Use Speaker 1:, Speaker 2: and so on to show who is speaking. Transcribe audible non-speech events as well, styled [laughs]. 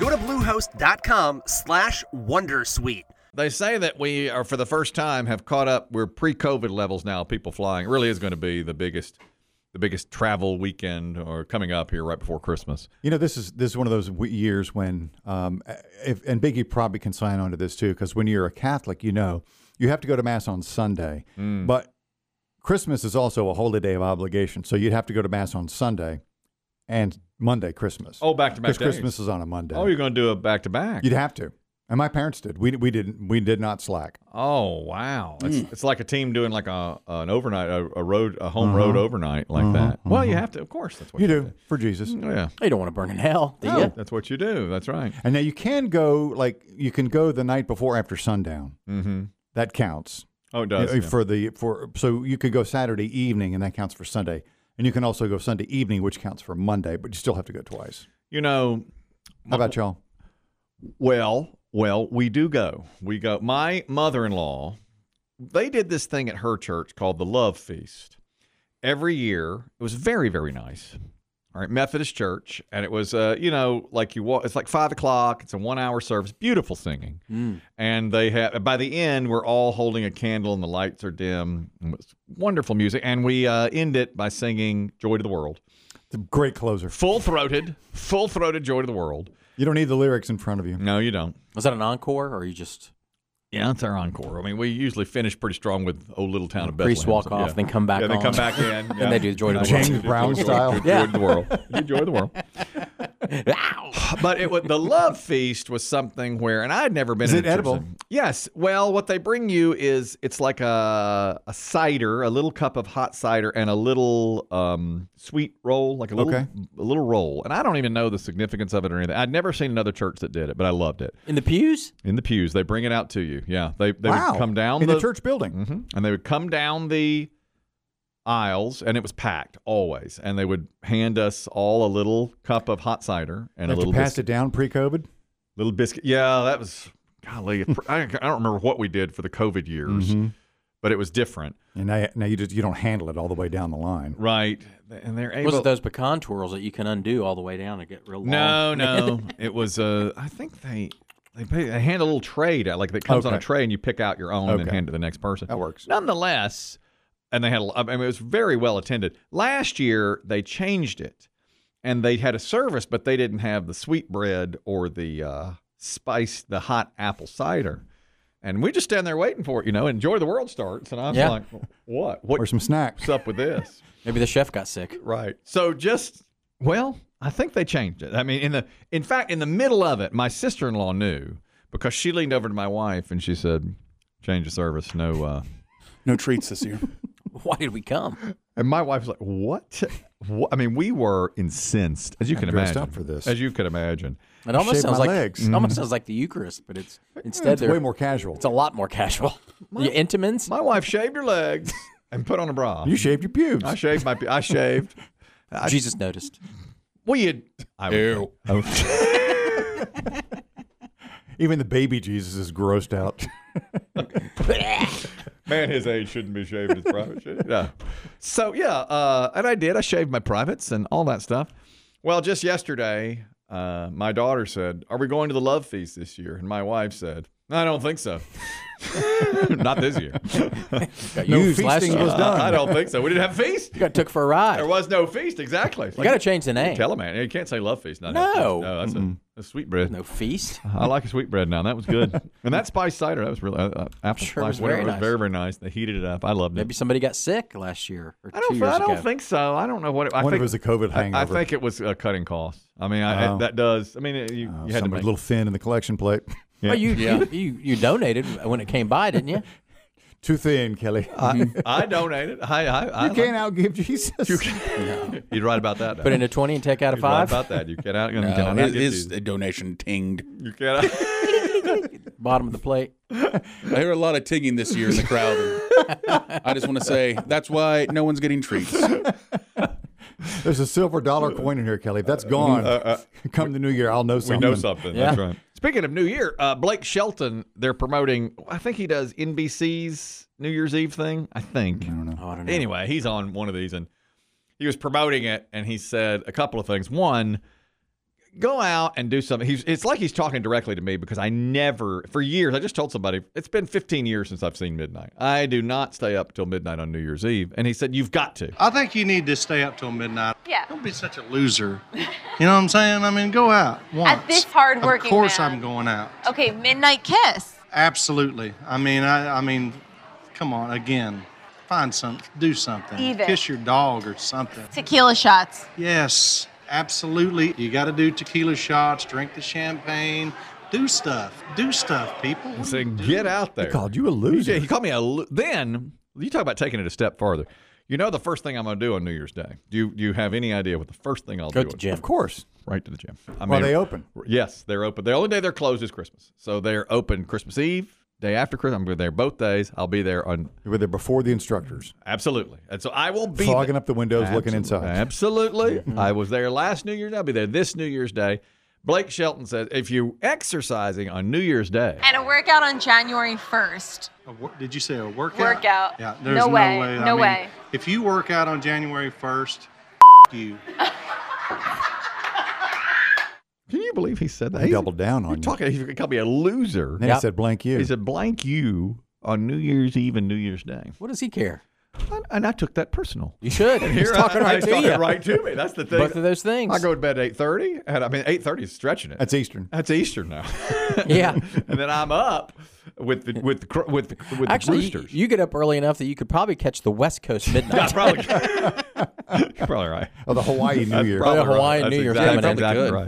Speaker 1: Go to bluehost.com/wondersuite. slash wondersuite.
Speaker 2: They say that we are, for the first time, have caught up. We're pre-COVID levels now. People flying it really is going to be the biggest, the biggest travel weekend or coming up here right before Christmas.
Speaker 3: You know, this is this is one of those w- years when, um, if, and Biggie probably can sign on to this too, because when you're a Catholic, you know you have to go to mass on Sunday, but Christmas is also a holy day of obligation, so you'd have to go to mass on Sunday and Monday Christmas.
Speaker 2: Oh, back-to-back
Speaker 3: because
Speaker 2: days.
Speaker 3: Christmas is on a Monday.
Speaker 2: Oh, you're going to do a back-to-back.
Speaker 3: you'd have to. And my parents did. We we didn't. We did not slack.
Speaker 2: Oh wow! It's, it's like a team doing like a an overnight a, a road a home road overnight like that. Well, Mm-hmm. you have to, of course. That's what
Speaker 3: You do for Jesus.
Speaker 2: Oh, yeah,
Speaker 4: You don't want to burn in hell, do
Speaker 2: No,
Speaker 4: you?
Speaker 2: that's what you do. That's right.
Speaker 3: And now you can go like you can go the night before after sundown. Mm-hmm. That counts.
Speaker 2: Oh, it does.
Speaker 3: you know,
Speaker 2: yeah.
Speaker 3: for the for so you could go Saturday evening and that counts for Sunday, and you can also go Sunday evening, which counts for Monday, but you still have to go twice.
Speaker 2: You know,
Speaker 3: How about y'all?
Speaker 2: Well, well, we do go. We go. My mother-in-law, they did this thing at her church called the Love Feast. Every year, it was very, very nice. All right, Methodist Church, and it was, uh, you know, like you walk. It's like five o'clock. It's a one-hour service. Beautiful singing, and they have. By the end, we're all holding a candle, and the lights are dim. And It's wonderful music, and we uh, end it by singing "Joy to the World,"
Speaker 3: It's a great closer.
Speaker 2: full-throated, full-throated "Joy to the World."
Speaker 3: You don't need the lyrics in front
Speaker 2: [laughs]
Speaker 3: of you.
Speaker 2: No, you don't.
Speaker 4: Was that an encore, or you just
Speaker 2: Yeah, it's our encore. I mean, we usually finish pretty strong with "Old Little Town of Bethlehem."
Speaker 4: priest walk off,
Speaker 2: Yeah.
Speaker 4: then come back?
Speaker 2: Yeah, they
Speaker 4: on?
Speaker 2: come
Speaker 4: [laughs]
Speaker 2: back in, yeah.
Speaker 4: they do Joy to the
Speaker 3: James World. Brown
Speaker 2: Joy-
Speaker 3: style.
Speaker 2: Joy,
Speaker 4: Yeah.
Speaker 2: joy to the world. You Joy to the
Speaker 4: [laughs]
Speaker 2: world. but it was, the love feast was something where, and I'd never been.
Speaker 3: Is
Speaker 2: in
Speaker 3: it
Speaker 2: a church
Speaker 3: edible?
Speaker 2: setting. Yes. Well, what they bring you is it's like a a cider, a little cup of hot cider, and a little um, sweet roll, like a little
Speaker 3: Okay.
Speaker 2: a little roll. And I don't even know the significance of it or anything. I'd never seen another church that did it, but I loved it
Speaker 4: in the pews.
Speaker 2: in the pews. They bring it out to you. Yeah, they [laughs] they
Speaker 3: wow.
Speaker 2: would come down
Speaker 3: in the, Mm, church building.
Speaker 2: hmm And they would come down the aisles, and it was packed always. And they would hand us all a little cup of hot cider and
Speaker 3: They
Speaker 2: a little
Speaker 3: passed
Speaker 2: biscuit.
Speaker 3: it down pre-COVID.
Speaker 2: Little biscuit. Yeah, that was golly. I, I don't remember what we did for the COVID years,
Speaker 3: Mm-hmm.
Speaker 2: but it was different,
Speaker 3: And now, now you just you don't handle it all the way down the line.
Speaker 2: right? And they're able.
Speaker 4: Was it those pecan twirls that you can undo all the way down and get real long?
Speaker 2: no, no,
Speaker 3: [laughs]
Speaker 2: it was. Uh, I think they. They, pay, they hand a little tray to, like that comes on a
Speaker 3: Okay.
Speaker 2: tray, and you pick out your own and then
Speaker 3: Okay.
Speaker 2: hand it to the next person.
Speaker 3: That works.
Speaker 2: Nonetheless, and they had, a- I mean, it was very well attended. Last year, they changed it and they had a service, but they didn't have the sweet bread or the uh, spice, the hot apple cider. And we just stand there waiting for it, you know, enjoy the world starts. And I was
Speaker 4: Yeah.
Speaker 2: like, what? What- [laughs]
Speaker 3: Or some snacks.
Speaker 2: What's up with this?
Speaker 4: Maybe the chef got sick.
Speaker 2: [laughs] Right. So just well, I think they changed it. I mean, in the in fact, in the middle of it, my sister in law knew because she leaned over to my wife and she said, "Change of service, no." Uh.
Speaker 5: [laughs] No treats this year.
Speaker 4: Why did we come?
Speaker 2: And my wife was like, "What? what?" I mean, we were incensed, as you can
Speaker 3: dressed
Speaker 2: imagine.
Speaker 3: up for this.
Speaker 2: as you can imagine.
Speaker 4: It almost
Speaker 3: Shaved
Speaker 4: sounds
Speaker 3: my
Speaker 4: like
Speaker 3: legs.
Speaker 4: it almost sounds like the Eucharist, but it's instead
Speaker 3: It's
Speaker 4: they're-
Speaker 3: way more casual.
Speaker 4: It's a lot more casual. the intimins.
Speaker 2: My wife shaved her legs and put on a bra.
Speaker 3: you shaved your pubes.
Speaker 2: I shaved my. I shaved.
Speaker 4: Oh, Jesus noticed.
Speaker 2: We had. I would-
Speaker 5: Ew.
Speaker 2: I would-
Speaker 3: Even the baby Jesus is grossed out.
Speaker 2: Man his age shouldn't be shaving his private shit. [laughs] No. So yeah, uh, and I did. I shaved my privates and all that stuff. Well, just yesterday, uh, my daughter said, "Are we going to the love feast this year?" And my wife said, "I don't think so. [laughs] Not this
Speaker 4: [laughs]
Speaker 2: year. Uh,
Speaker 4: Got
Speaker 3: No
Speaker 4: used last
Speaker 3: feasting
Speaker 4: year.
Speaker 3: was done.
Speaker 2: I don't think so. We didn't have a feast.
Speaker 4: You got took for a ride.
Speaker 2: There
Speaker 4: You
Speaker 2: was no feast. Exactly. Like,
Speaker 4: got to change the name.
Speaker 2: tell him, man. You can't say love feast. Not
Speaker 4: No.
Speaker 2: have feast. No, that's a, a sweet bread.
Speaker 4: no feast.
Speaker 2: I like a sweet bread now. That was
Speaker 4: [laughs]
Speaker 2: good. and that spice cider, that was really uh, uh, apple
Speaker 4: Sure, it
Speaker 2: spice.
Speaker 4: was
Speaker 2: whatever,
Speaker 4: very nice.
Speaker 2: very very nice. They heated it up. I loved it.
Speaker 4: Maybe somebody got sick last year or
Speaker 2: I
Speaker 4: two
Speaker 2: don't.
Speaker 4: years
Speaker 2: I don't
Speaker 4: ago.
Speaker 2: think so. I don't know what. It, I
Speaker 3: Wonder if
Speaker 2: think
Speaker 3: it was a COVID
Speaker 2: I- I,
Speaker 3: hangover.
Speaker 2: think it was uh, cutting costs. I mean, I,
Speaker 3: Oh.
Speaker 2: that does. I mean, it- you,
Speaker 3: Oh,
Speaker 2: you had to
Speaker 3: somebody
Speaker 2: make. [laughs]
Speaker 3: a little thin in the collection plate.
Speaker 4: Well, you, you you you donated when it came by, didn't you?
Speaker 3: Too thin, Kelly.
Speaker 2: I, [laughs] I donated. I, I, I
Speaker 3: Uh, [laughs] you can't outgive Jesus. You can.
Speaker 2: [laughs] You'd right about that.
Speaker 4: Put in a 20 and take out a
Speaker 2: You'd right
Speaker 4: 5.
Speaker 2: about that. You cannot. You
Speaker 4: Uh,
Speaker 5: No,
Speaker 2: cannot
Speaker 5: his,
Speaker 2: get
Speaker 5: his
Speaker 2: these.
Speaker 5: donation tinged.
Speaker 2: You cannot. [laughs]
Speaker 4: Bottom of the plate.
Speaker 5: I hear a lot of tinging this year in the crowd. [laughs] and I just want to say that's why no one's getting treats.
Speaker 3: [laughs] There's a silver dollar coin in here, Kelly.
Speaker 2: [laughs]
Speaker 3: If that's gone, [laughs] come the new year, I'll know something.
Speaker 2: Uh, We know something.
Speaker 4: Yeah.
Speaker 2: That's right. Speaking of New Year, uh, Blake Shelton, they're promoting, I think he does NBC's New Year's Eve thing. I think. I don't know.
Speaker 4: Oh, I don't know.
Speaker 2: Anyway, he's on one of these and he was promoting it and he said a couple of things. One, go out and do something. He's, it's like he's talking directly to me because I never, for years, I just told somebody, it's been 15 years since I've seen midnight. I do not stay up till midnight on New Year's Eve. And he said, You've got to.
Speaker 6: I think you need to stay up till midnight.
Speaker 7: Yeah.
Speaker 6: Don't be such a loser. You know what I'm saying? I mean, go out once.
Speaker 7: this hard-working
Speaker 6: Of course,
Speaker 7: man.
Speaker 6: I'm going out.
Speaker 7: Okay, midnight kiss.
Speaker 6: Absolutely. I mean, I, I mean, come on again. Find something. Do something.
Speaker 7: Even.
Speaker 6: Kiss your dog or something.
Speaker 7: Tequila shots.
Speaker 6: Yes, absolutely. You got to do tequila shots. Drink the champagne. Do stuff. Do stuff, people.
Speaker 2: He said, Get out there.
Speaker 3: Called you a
Speaker 2: Yeah,
Speaker 3: loser.
Speaker 2: he called me a. Lo- then you talk about taking it a step farther. You know the first thing I'm going to do on New Year's Day. Do you, do you have any idea what the first thing I'll
Speaker 4: Go
Speaker 2: do?
Speaker 4: to the
Speaker 2: is-
Speaker 4: gym.
Speaker 3: Of course.
Speaker 2: Right to the gym. I
Speaker 3: Well, they open.
Speaker 2: Yes, they're open. The only day they're closed is Christmas. So they're open Christmas Eve, day after Christmas. I'm there both days. I'll be there on
Speaker 3: You were there before the instructors,
Speaker 2: absolutely. And so I will be
Speaker 3: fogging
Speaker 2: there.
Speaker 3: up the windows, looking
Speaker 2: Absolutely.
Speaker 3: inside.
Speaker 4: Mm-hmm.
Speaker 2: Absolutely. I was there last New Year's. I'll be there this New Year's Day. Blake Shelton says if you're exercising on New Year's Day,
Speaker 7: And a workout on January 1st.
Speaker 6: A wor- did you say a workout?
Speaker 7: Workout.
Speaker 6: Yeah, there's
Speaker 7: No
Speaker 6: no,
Speaker 7: way,
Speaker 6: I
Speaker 7: no
Speaker 6: mean,
Speaker 7: way.
Speaker 6: If you work out on January 1st, you.
Speaker 2: can you believe he said that?
Speaker 3: He
Speaker 2: He's-
Speaker 3: doubled down on
Speaker 2: You're
Speaker 3: you.
Speaker 2: talking. He called me a loser.
Speaker 3: And then
Speaker 4: Yeah.
Speaker 3: he said, blank you.
Speaker 2: He said, blank you on New Year's Eve and New Year's Day.
Speaker 4: What does he care?
Speaker 2: And- And I took that personal. [laughs]
Speaker 4: You should. He's talking right to you.
Speaker 2: right to me. That's the thing.
Speaker 4: Both of those things.
Speaker 2: I go to bed at 8.30, and I mean, 8.30 is stretching it.
Speaker 3: That's Eastern.
Speaker 2: That's Eastern
Speaker 4: [laughs]
Speaker 2: now.
Speaker 4: [laughs]
Speaker 2: [laughs]
Speaker 4: Yeah.
Speaker 2: and then I'm up with the, with the, cr- with the, with
Speaker 4: Actually,
Speaker 2: the
Speaker 4: you,
Speaker 2: roosters.
Speaker 4: you get up early enough that you could probably catch the
Speaker 2: [laughs]
Speaker 4: West Coast midnight.
Speaker 2: probably, you're probably right.
Speaker 3: Oh, the Hawaii New Year.
Speaker 4: probably-
Speaker 2: right. [laughs]
Speaker 4: Hawaiian
Speaker 2: That's
Speaker 4: New Year
Speaker 2: exactly,
Speaker 4: coming in.
Speaker 2: exactly
Speaker 4: Good.
Speaker 2: right.